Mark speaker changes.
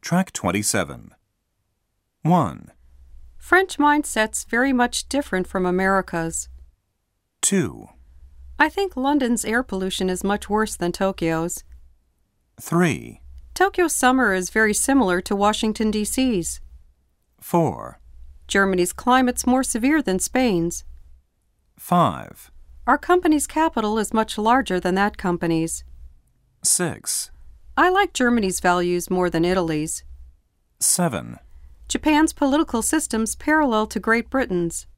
Speaker 1: Track 27. 1,
Speaker 2: French mindset's very much different from America's.
Speaker 1: 2,
Speaker 2: I think London's air pollution is much worse than Tokyo's.
Speaker 1: 3,
Speaker 2: Tokyo's summer is very similar to Washington, D.C.'s.
Speaker 1: 4,
Speaker 2: Germany's climate's more severe than Spain's.
Speaker 1: 5,
Speaker 2: Our company's capital is much larger than that company's.
Speaker 1: 6,
Speaker 2: I like Germany's values more than Italy's.
Speaker 1: 7.
Speaker 2: Japan's political system's parallel to Great Britain's.